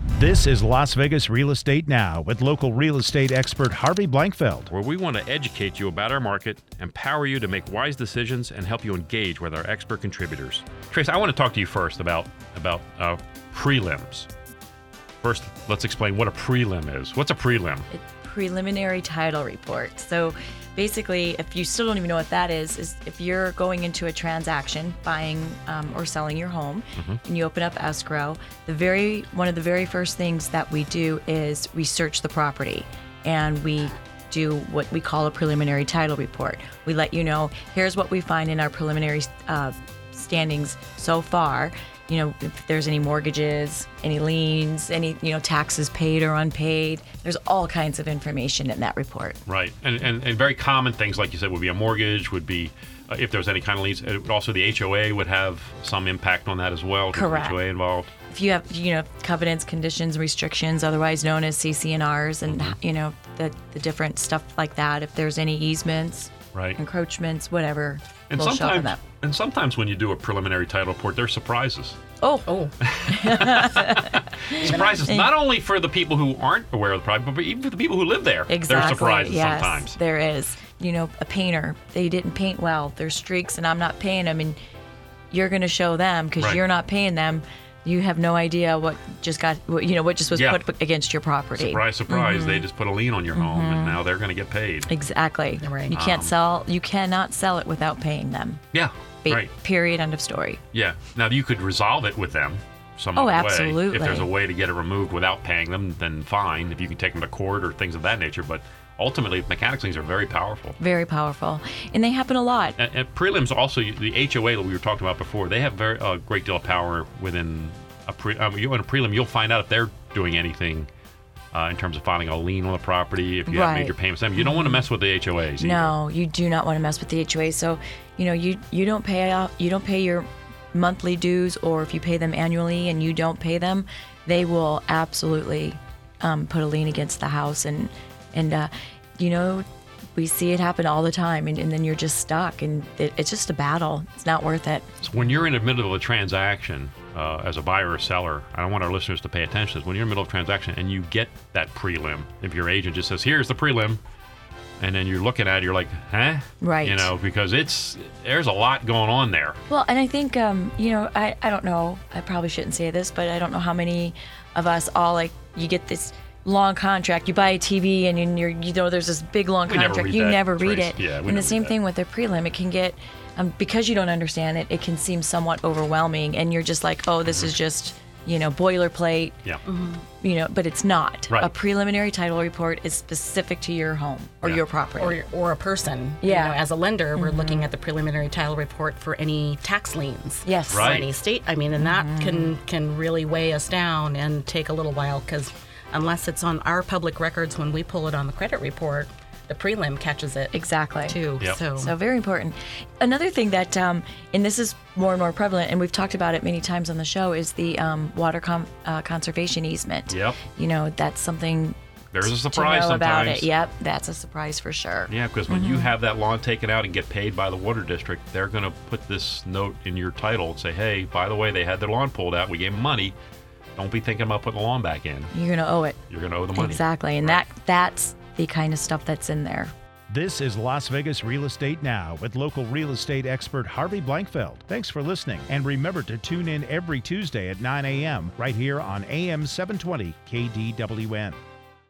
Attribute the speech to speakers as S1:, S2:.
S1: This is Las Vegas Real Estate Now with local real estate expert Harvey Blankfeld.
S2: where we want to educate you about our market, empower you to make wise decisions, and help you engage with our expert contributors. Trace, I want to talk to you first about about uh, prelims. First, let's explain what a prelim is. What's a prelim?
S3: a preliminary title report. So basically, if you still don't even know what that is, is if you're going into a transaction, buying um, or selling your home, and you open up escrow, the very one of the very first things that we do is we search the property, and we do what we call a preliminary title report. We let you know here's what we find in our preliminary uh, standings so far. You know, if there's any mortgages, any liens, any you know taxes paid or unpaid. There's all kinds of information in that report.
S2: Right, and, and and very common things like you said would be a mortgage, would be uh, if there was any kind of liens. It would also, the HOA would have some impact on that as well. if there's an
S3: Correct.
S2: HOA involved.
S3: If you have you know covenants, conditions, restrictions, otherwise known as CCNRs, and you know the the different stuff like that. If there's any easements,
S2: Right.
S3: encroachments, whatever,
S2: And
S3: we'll show them
S2: sometimes,
S3: that.
S2: and sometimes when you do a preliminary title report, there's surprises.
S3: Oh,
S4: Oh,
S2: surprises not only for the people who aren't aware of the problem, but even for the people who live there.
S3: Exactly.
S2: There's surprises
S3: yes,
S2: sometimes.
S3: There is. You know, a painter, they didn't paint well. There's streaks, and I'm not paying them, and you're going to show them because
S2: Right.
S3: you're not paying them. You have no idea what just got, what, you know, what just was
S2: Yeah.
S3: put against your property.
S2: Surprise, surprise! They
S3: Mm-hmm.
S2: just put a lien on your home, and now they're going to get paid.
S3: Exactly.
S4: Right.
S3: You
S2: Um,
S3: can't sell, you cannot sell it without paying them.
S2: Yeah,
S3: Be-
S2: right.
S3: Period. End of story.
S2: Yeah. Now you could resolve it with them some other
S3: Oh,
S2: way.
S3: absolutely.
S2: If there's a way to get it removed without paying them, then fine. If you can take them to court or things of that nature, but ultimately, mechanics liens are very powerful.
S3: Very powerful. And they happen a lot.
S2: And, and prelims also the HOA that we were talking about before. They have very a great deal of power within a pre. Um, you in a prelim, you'll find out if they're doing anything. Uh, in terms of filing a lien on the property, if you have
S3: Right.
S2: major payments, I mean, you don't want to mess with the HOAs. either.
S3: No, you do not want to mess with the HOA. So, you know, you you don't pay off, you don't pay your monthly dues, or if you pay them annually and you don't pay them, they will absolutely um, put a lien against the house, and and uh, you know, we see it happen all the time, and, and then you're just stuck, and it, it's just a battle. It's not worth it.
S2: So when you're in the middle of a transaction uh, as a buyer or seller, I want our listeners to pay attention. Is when you're in the middle of a transaction and you get that prelim. If your agent just says, "Here's the prelim," and then you're looking at it, you're like, "Huh?"
S3: Right.
S2: You know, because it's there's a lot going on there.
S3: Well, and I think, um, you know, I, I don't know, I probably shouldn't say this, but I don't know how many of us all like, you get this long contract, you buy a TV and you- you're, you know, there's this big long
S2: We never
S3: contract.
S2: read
S3: you
S2: that,
S3: never read
S2: Trace.
S3: it.
S2: Yeah, we
S3: and
S2: never
S3: the
S2: read
S3: same
S2: that.
S3: thing with the prelim. It can get, um, because you don't understand it, it can seem somewhat overwhelming and you're just like, oh, this is just, you know, boilerplate,
S2: Mm-hmm. Yeah.
S3: you know, but it's not.
S2: Right.
S3: A preliminary title report is specific to your home or
S2: Yeah.
S3: your property.
S4: or or a person.
S3: Yeah. Mm-hmm.
S4: You know, as a lender, we're looking at the preliminary title report for any tax liens.
S3: Yes. Mm-hmm.
S4: for
S2: Right.
S4: Any state. I mean, and that can can really weigh us down and take a little while because unless it's on our public records when we pull it on the credit report, the prelim catches it
S3: exactly.
S4: too.
S2: Yep.
S4: So.
S3: So very important. Another thing that, um, and this is more and more prevalent, and we've talked about it many times on the show, is the um, water con- uh, conservation easement.
S2: Yep.
S3: You know, that's something
S2: There's a
S3: to
S2: surprise
S3: know about
S2: sometimes.
S3: it. Mm-hmm. Yep, that's a surprise for sure.
S2: Yeah, because when you have that lawn taken out and get paid by the water district, they're going to put this note in your title and say, "Hey, by the way, they had their lawn pulled out. We gave them money. Don't be thinking about putting the lawn back in.
S3: You're gonna owe it.
S2: You're going to owe the money."
S3: Exactly, and
S2: Right.
S3: that that's the kind of stuff that's in there.
S1: This is Las Vegas Real Estate Now with local real estate expert Harvey Blankfeld. Thanks for listening, and remember to tune in every Tuesday at 9 a.m. right here on AM 720 KDWN.